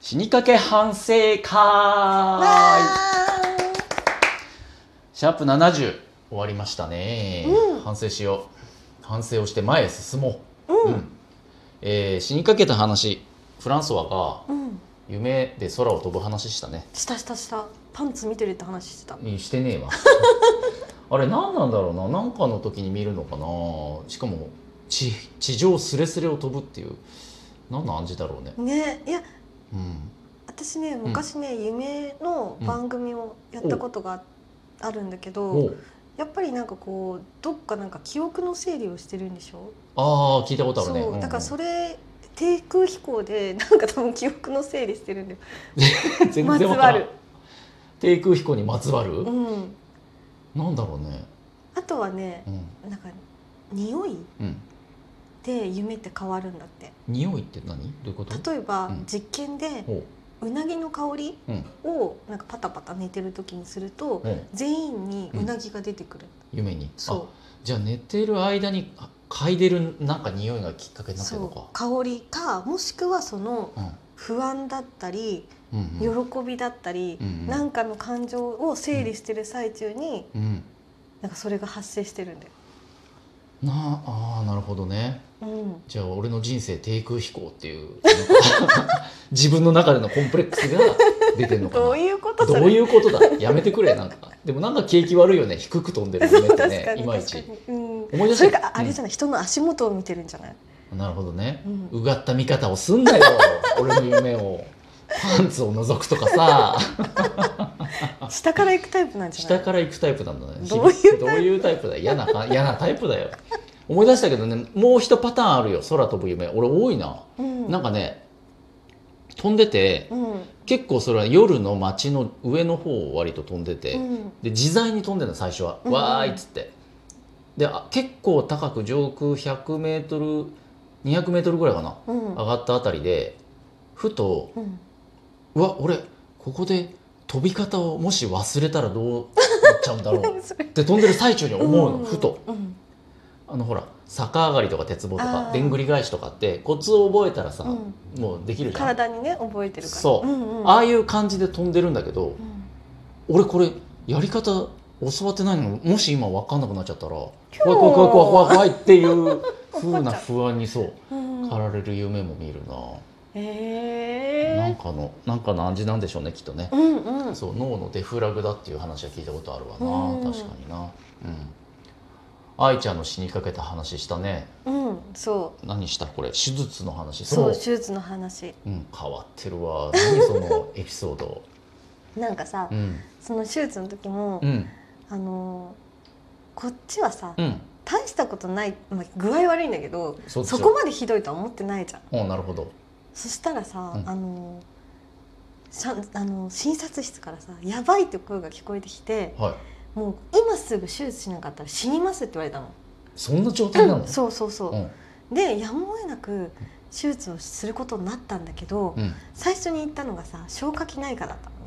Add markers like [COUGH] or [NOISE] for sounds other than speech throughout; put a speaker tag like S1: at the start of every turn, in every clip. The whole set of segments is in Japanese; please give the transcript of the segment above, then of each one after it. S1: 死にかけ反省会シャープ70終わりましたね、
S2: うん
S1: 反省しよう反省をして前へ進もう、
S2: う
S1: うんんえー死にかけた話フランソワが
S2: うん
S1: 夢で空を飛ぶ話したね
S2: したしたしたパンツ見てるって話してた
S1: いいしてねえ
S2: [LAUGHS]
S1: わあれ何なんだろうな何かの時に見るのかなしかも地地上すれすれを飛ぶっていう何の暗示だろうね、
S2: ねいや
S1: うん、
S2: 私ね昔ね、夢の番組をやったことがあるんだけど、
S1: おう
S2: やっぱりなんかこうどっかなんか記憶の整理をしてるんでしょ
S1: ああ聞いたことあるね
S2: そううんだからそれ低空飛行で [LAUGHS] なんか多分記憶の整理してるんだよ
S1: 全
S2: まつ
S1: 然わから
S2: わ
S1: ん
S2: る
S1: 低空飛行にまつわる、
S2: うん
S1: なんだろうね
S2: あとはね
S1: うん、
S2: なんか匂い
S1: うん、
S2: で夢って変わるんだって
S1: 匂いって何どういうこと
S2: 例えば、
S1: うん
S2: 実験で
S1: おう
S2: うなぎの香り
S1: うん
S2: をなんかパタパタ寝てる時にすると、
S1: おう
S2: 全員にうなぎが出てくる、
S1: 夢にあ
S2: そ
S1: じゃあ寝てる間にあ嗅いでるなんか匂いがきっかけ
S2: う
S1: になってるの
S2: そ
S1: か
S2: う香りかもしくはその
S1: うん
S2: 不安だったり、
S1: うん
S2: 喜
S1: うん
S2: びだったり、
S1: うん
S2: なんかの感情を整理してる最中に、
S1: うん
S2: なんかそれが発生してるんだよ。
S1: なああーなるほどね
S2: うん
S1: じゃあ俺の人生低空飛行っていう [LAUGHS] 自分の中でのコンプレックスが出てるのかな
S2: どういうことそれ
S1: どういうことだやめてくれなんかでもなんか景気悪いよね低く飛んでる夢っ
S2: そう
S1: て
S2: [LAUGHS] 確か
S1: ね
S2: に
S1: いまい
S2: 確か
S1: ち
S2: に、うん、
S1: 思い出した
S2: それかあれじゃない、人の足元を見てるんじゃない、
S1: なるほどね、
S2: う
S1: うんがった見方をすんな
S2: [LAUGHS]
S1: よ俺の夢をパンツを覗くとか
S2: [LAUGHS]
S1: さ
S2: 下から行くタイプなんじゃない
S1: 下から行くタイプなんだね
S2: どういう
S1: どういうタイプだよ嫌なか嫌なタイプだよ思い出したけどねもう一パターンあるよ空飛ぶ夢俺多いな、
S2: うん、
S1: なんかね飛んでて
S2: うん
S1: 結構それは夜の街の上の方を割と飛んでて、
S2: うん
S1: で自在に飛んでるの最初は「
S2: うん
S1: わーい」っつってであ結構高く上空 100m200m ぐらいかな
S2: うん
S1: 上がったあたりでふと
S2: うん
S1: 「うわ俺ここで飛び方をもし忘れたらどうなっちゃうんだろう」
S2: [LAUGHS] それ
S1: って飛んでる最中に思うの、
S2: ん
S1: ふと
S2: うん
S1: あのほら逆上がりとか鉄棒と
S2: あ
S1: か
S2: ー
S1: でんぐり返しとかってコツを覚えたらさ、
S2: うん
S1: もうできるじゃん、
S2: 体にね覚えてるから
S1: そう
S2: うんうん
S1: ああいう感じで飛んでるんだけど
S2: うん
S1: 俺これやり方教わってないのもし今分かんなくなっちゃったら怖い怖
S2: ょ
S1: い怖い怖い怖い怖いっていう風な不安にそう
S2: うん
S1: 駆られる夢も見るな、なん
S2: え
S1: かのなんかの暗示なんでしょうねきっとね
S2: え、うんうん
S1: そう脳のデフラグだっていう話は聞いたことあるわな、
S2: うん
S1: 確かになうん愛ちゃんの死にかけた話したね
S2: うんそう
S1: 何したこれ手術の話
S2: そう
S1: そ
S2: 手術の話
S1: う、うん、変わってるわ何そのエピソー
S2: [LAUGHS]
S1: ド
S2: なんかさ
S1: うん
S2: その手術の時も
S1: うん
S2: あのーこっちはさ
S1: うん
S2: 大したことないまあ具合悪いんだけど
S1: そうでし
S2: そ
S1: ょ
S2: こまでひどいとは思ってないじゃん
S1: おなるほど
S2: そしたらさ
S1: うん
S2: あのーしゃあのー診察室からさ「やばい」って声が聞こえてきて
S1: はい
S2: 「もう今すぐ手術しなかったら死にます」って言われたの。
S1: そんな状態なの、
S2: そうそうそう、
S1: うん
S2: でやむを得なく手術をすることになったんだけど、
S1: うん、
S2: 最初に言ったのがさ消化器内科だったのね、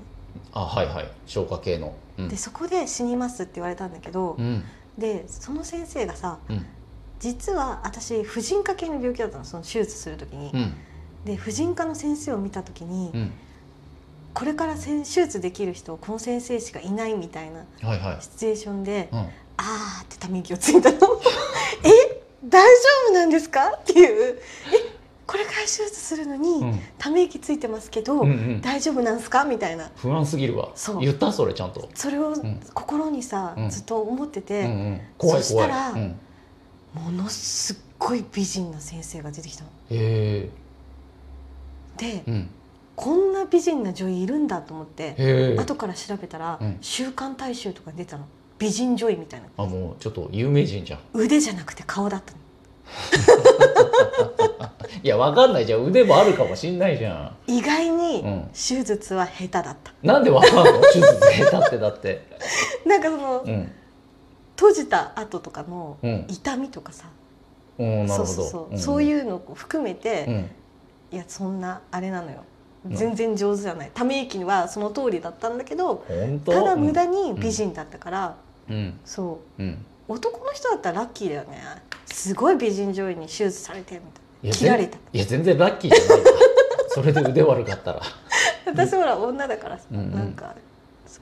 S1: あはいはい消化系のうん
S2: でそこで死にますって言われたんだけど、
S1: うん
S2: でその先生がさ
S1: うん
S2: 実は私婦人科系の病気だったのその手術する時に、
S1: うん
S2: で婦人科の先生を見た時に、
S1: うん
S2: これからせん手術できる人この先生しかいないみたいな
S1: はいはい
S2: シチュエーションで「
S1: うん
S2: あー」ってため息をついたの [LAUGHS] 「え大丈夫なんですか?」っていう「えこれから手術するのに、
S1: うん
S2: ため息ついてますけど、
S1: うんうん
S2: 大丈夫なんすかみたいな
S1: 不安すぎるわ
S2: そう
S1: 言ったそれちゃんと、
S2: それを
S1: ん
S2: 心にさ、
S1: うん
S2: ずっと思って
S1: うん
S2: て、
S1: うん、怖い
S2: そした
S1: 怖い
S2: ら
S1: うん、
S2: ものすっごい美人な先生が出てきたの。
S1: へ
S2: で、
S1: えうん
S2: こんな美人な女優いるんだと思っ
S1: へ
S2: て
S1: え
S2: 後から調べたら
S1: うん
S2: 「週刊大衆」とかに出たの美人女優みたいな
S1: あもうちょっと有名人じゃん
S2: 腕じゃなくて顔だったの
S1: いやわかんないじゃん腕もあるかもしんないじゃん
S2: 意外
S1: う
S2: に
S1: ん
S2: 手術は下手だった、 [LAUGHS]
S1: なんでわかんの手術下手ってだって
S2: なんかその、
S1: うん
S2: 閉じた後とかの
S1: うん
S2: 痛みとかさ、
S1: うんなる
S2: そ
S1: ほど
S2: うそうそう、
S1: ん
S2: そういうのを含めて、
S1: うん
S2: いやそんなあれなのよ
S1: ん
S2: 全然上手じゃないため息はその通りだったんだけど
S1: 本当
S2: ただ無駄に美人だったから、
S1: うん
S2: そ
S1: うん
S2: う男の人だったらラッキーだよねすごい美人女優に手術されてみたい
S1: い
S2: な
S1: や
S2: 切られた
S1: いや全然ラッキーじゃないわそれで腕悪かったら
S2: [LAUGHS] 私ほら女だからさ、
S1: うんうん
S2: なんか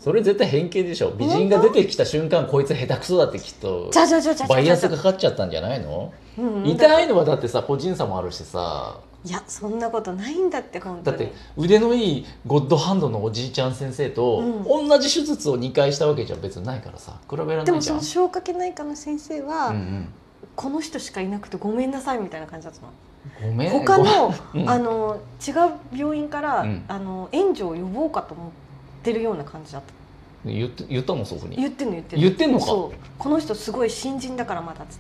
S1: それ絶対偏見でしょ美人が出てきた瞬間こいつ下手くそだってきっと
S2: じゃじゃじゃじゃじゃ
S1: バイアスかかっちゃったんじゃないの
S2: うんうん
S1: 痛いのはだってさ個人差もあるしさ
S2: いやそんなことないんだって本当
S1: だっ
S2: に
S1: て腕のいいゴッドハンドのおじいちゃん先生と
S2: う
S1: 同じ手術を2回したわけじゃ別にないからさ比べられ
S2: で
S1: な
S2: も
S1: いじ
S2: そ
S1: ゃん
S2: の消化器内科の先生は、
S1: うんうん
S2: この人しかいなくてごめんなさいみたいな感じだったの
S1: ごめん
S2: 他
S1: ごめん
S2: の,、
S1: うん
S2: あの違う病院から、
S1: うん
S2: あの援助を呼ぼうかと思ってるような感じだった
S1: 言って言ったの祖父に
S2: 言ってんの言ってんの
S1: 言ってんのか
S2: そうこの人すごい新人だからまだっつって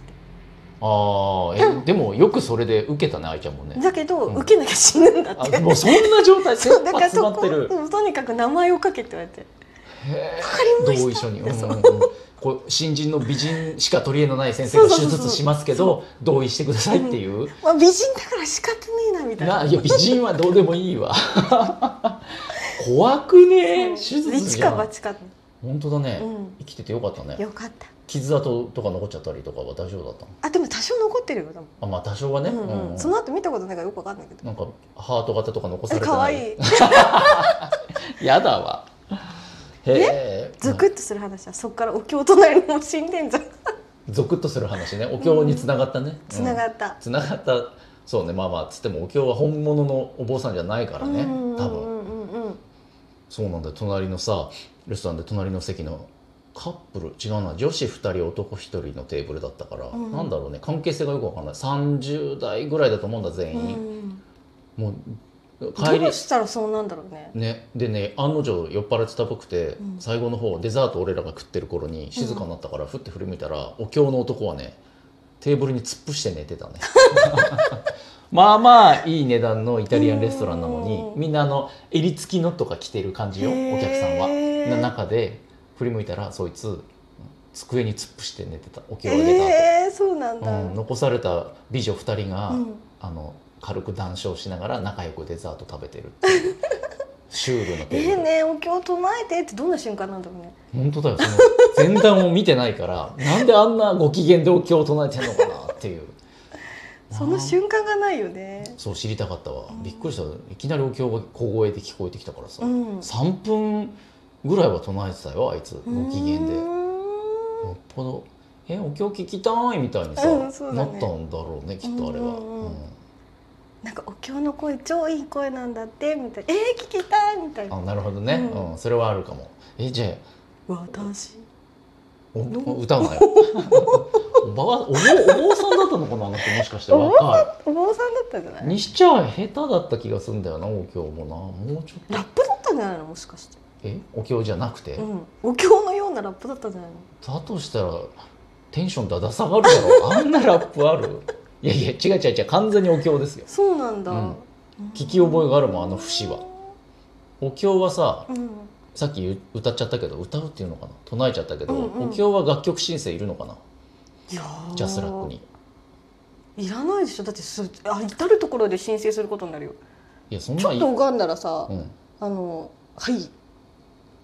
S1: ああえでもよくそれで受けたね愛ちゃんもね
S2: だけど、
S1: うん
S2: [LAUGHS] 受けなきゃ死ぬんだって
S1: あもうそんな状態切
S2: そ
S1: 羽
S2: う [LAUGHS] だから
S1: 詰
S2: そ
S1: まっ
S2: こ
S1: てる
S2: うんとにかく名前を書けって言われて
S1: へ
S2: 「分かり
S1: 同
S2: ま
S1: 意
S2: した」
S1: 書
S2: っ
S1: に、
S2: てそう
S1: うんうんうんこう新人の美人しか取り柄のない先生が手術しますけど同意してくださいっていう、
S2: まあ、美人だから仕方ねえなみたいな
S1: な。いや美人はどうでもいい
S2: [LAUGHS]
S1: わ怖くね手術
S2: 一
S1: じ
S2: か
S1: ゃん
S2: 八か、
S1: 本当だね、
S2: うん、
S1: 生きててよかったね
S2: よかった
S1: 傷跡とか残っちゃったりとかは大丈夫だったの
S2: あでも多少残ってるよでも、
S1: あまあ多少はね、
S2: うんうん
S1: うんうん
S2: その後見たことないからよくわかんないけど
S1: なんかハート型とか残さ
S2: え
S1: れて
S2: 可
S1: ない
S2: 愛い
S1: やだわへえ
S2: ゾクッとする話はそっからお経隣も死んでんじゃん
S1: ゾクッとする話ねお経につながったね、うん
S2: つながった、
S1: つながったそうねまあまあつってもお経は本物のお坊さんじゃないからね
S2: うんうん
S1: 多分
S2: うんうんうん
S1: そうなんだよ隣のさレストランで隣の席のカップル違うな女子2人男1人のテーブルだったから、
S2: うん
S1: なんだろうね関係性がよくわからない30代ぐらいだと思うんだ全員、
S2: うん
S1: もう帰
S2: ど
S1: り
S2: うしたらそうなんだろうね
S1: ね、でね案の定酔っ払ってたっぽくて、
S2: うん
S1: 最後の方デザート俺らが食ってる頃に静かになったから、ふって振り向いたらお経の男はねテーブルに突っ伏して寝てたね [LAUGHS] まあまあいい値段のイタリアンレストランなのに
S2: うん
S1: みんなあの襟付きのとか着てる感じよお客さんは。
S2: へー
S1: の中で振り向いたらそいつ机に突っ伏して寝てたお経を入れた後、
S2: えー、そうなんだ、
S1: うん、残された美女2人が、
S2: うん
S1: あの軽く談笑しながら仲良くデザート食べてるっていうシュールな
S2: え
S1: テー
S2: ー
S1: ブル、
S2: ねお経唱えてってどんな瞬間なんだろうね
S1: 本当だよその前段を見てないからなんであんなご機嫌でお経を唱えてんのかなっていう
S2: その瞬間がないよね
S1: そう知りたかったわびっくりしたいきなりお経が小声で聞こえてきたからさ、
S2: うん
S1: 3分ぐらいは唱えてたよあいつご機嫌で
S2: う
S1: よ
S2: ーん
S1: っぽど「えお経聞きたい」みたいにさ、
S2: うんそう
S1: な
S2: だ
S1: っ
S2: ね
S1: たんだろうねきっとあれは、
S2: うんうんうん
S1: うん
S2: なんかお経の声超いい声なんだってみたいなえー、聞きたいみたいな
S1: あなるほどね、う
S2: うん
S1: んそれはあるかもえじゃあ
S2: 私
S1: お
S2: の
S1: お歌う
S2: [LAUGHS]
S1: なよ。おばあお坊お坊さんだったのかなあの人もしかして若。
S2: お坊さんだったんじゃないい
S1: にしちゃ下手だった気がするんだよなお経もなもうちょっと
S2: ラップだったんじゃないのもしかして、
S1: えお経じゃなくて、
S2: うん、お経のようなラップだったんじゃないの
S1: だとしたらテンションだだ下がるだ
S2: [LAUGHS]
S1: ろあんなラップあるいやいや違う違う違う完全にお経ですよ
S2: そうなんだ、
S1: うん聞き覚えがあるもんあの節はお経はさ
S2: うん
S1: さっき言う歌っちゃったけど歌うっていうのかな唱えちゃったけど、
S2: うんう
S1: お
S2: ん
S1: 経は楽曲申請いるのかない
S2: やー
S1: ジャスラックに
S2: いらないでしょだってすあ至る所で申請することになるよ
S1: いやそん
S2: ち
S1: な
S2: ょっ
S1: い
S2: と拝んだらさ、
S1: うん、
S2: あのはいい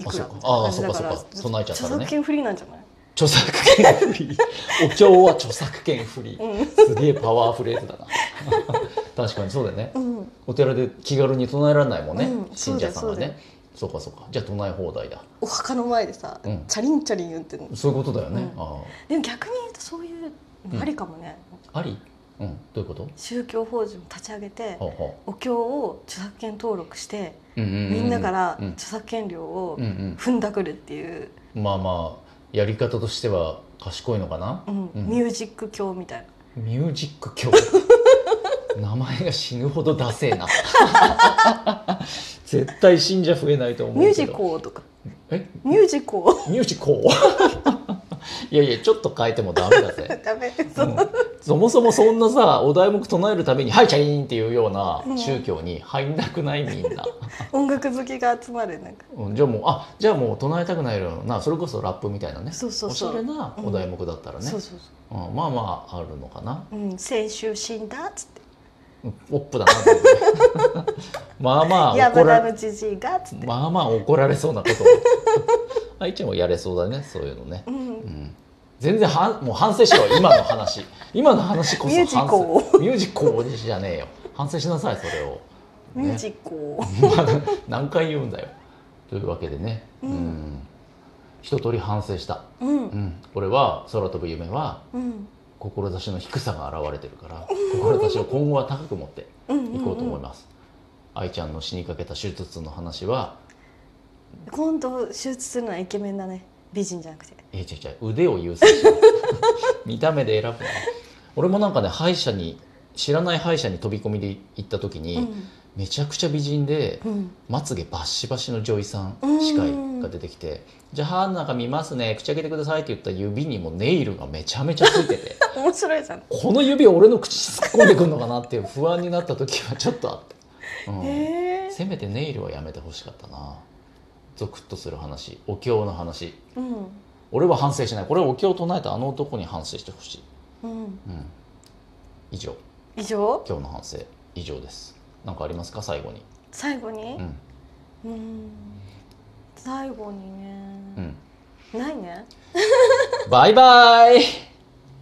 S1: あ
S2: く
S1: そ
S2: ら
S1: うか
S2: みたいな感じ
S1: あ
S2: だら
S1: そうかそうか備えちゃったらね
S2: 著作権フリーなんじゃない
S1: 著作権フリーお経は著作権フリー
S2: う
S1: すげえパワーフレーズだな [LAUGHS] 確かにそうだよね
S2: ん、うん、
S1: お寺で気軽に唱えられないもんね、
S2: うん
S1: 信者さんは
S2: そうだよ
S1: ねそうかそうかじゃあ唱え放題だ
S2: お墓の前でさ、
S1: うん
S2: チャリンチャリン言ってんの
S1: そういうことだよね、
S2: うん
S1: あ
S2: でも逆に言うとそういう
S1: うん
S2: のありかもね、
S1: あありうんどういうことは
S2: 宗教法人を立ち上げて
S1: あ、は
S2: お経を著作権登録して、
S1: あ、うんうう
S2: みんなから
S1: うん
S2: 著作権料を
S1: うん
S2: 踏んだくるっていう、
S1: うん、まあまあやり方としては賢いのかな
S2: う、ん
S1: うん
S2: ミュージック教みたいな
S1: ミュージック
S2: [LAUGHS]
S1: 教名前が死ぬほどダセえな [LAUGHS] 絶対信者増えないと思うけど
S2: ミュージコーとか
S1: え
S2: ミュージコー
S1: ミュージコル [LAUGHS] いやいやちょっと変えてもダメだぜ、
S2: ダメ
S1: う、
S2: [LAUGHS] そうん
S1: そもそもそんなさお題目唱えるために「はいチャイーン!」っていうような宗教に入んなくないみん
S2: [LAUGHS]
S1: な、
S2: 音楽好きが集まるなんか
S1: うん、じゃあもうあじゃあもう唱えたくないようなそれこそラップみたいなね
S2: そうそうそう
S1: おしゃれなお題目だったらね
S2: そう、そう
S1: うんまあまああるのかな
S2: そう、うん、先週死んだっつって
S1: うんポップだなっていうね
S2: [LAUGHS]
S1: まあまあ怒
S2: 山
S1: ら
S2: 田
S1: れ
S2: のじじいがっつって、
S1: まあまあ怒られそうなことを [LAUGHS] 愛ちゃんもやれそうだねそういうのね
S2: うん
S1: うん全然はもう反省しろ今の話
S2: [LAUGHS]
S1: 今の話こそ
S2: ミュージ
S1: 反省
S2: コ
S1: ミュージコーじゃねえよ反省しなさいそれを
S2: ミ
S1: ね
S2: ュジコ。
S1: まだ [LAUGHS] 何回言うんだよというわけでね、
S2: うん
S1: 一通り反省した、
S2: うん
S1: う。ん、俺は空飛ぶ夢は
S2: うん。
S1: 志の低さが現れてるから志を今後は高く持って
S2: うん。
S1: いこうと思い
S2: ま
S1: ます、愛ちゃんの死にかけた手術の話は
S2: す。今度手術するのはイケメンだね。美人じゃなくて。
S1: え違う違う腕を優先して [LAUGHS] 見た目で選ぶな俺もなんかね歯医者に知らない歯医者に飛び込みで行った時に、
S2: うん。
S1: めちゃくちゃ美人で
S2: うん。 [LAUGHS]
S1: まつげバッシバシの女医さん
S2: うん
S1: 司会が出てきて「じゃあ歯の中見ますね口開けてください」って言った指にもネイルがめちゃめちゃついて
S2: [LAUGHS]
S1: て
S2: 面白いじゃん。
S1: この指俺の口突っ込んでくんのかなっていう不安になった時はちょっとあった、うん
S2: へえ。
S1: せめてネイルはやめてほしかったなゾクッとする話お経の話
S2: うん。
S1: 俺は反省しないこれはお経を唱えたあの男に反省してほしい、
S2: うん。
S1: うん、以上
S2: 以上。
S1: 今日の反省以上です何かありますか最後に
S2: 最後に
S1: う。ん
S2: うん。最後に
S1: う
S2: ね。
S1: ん
S2: ないね。
S1: バイバイ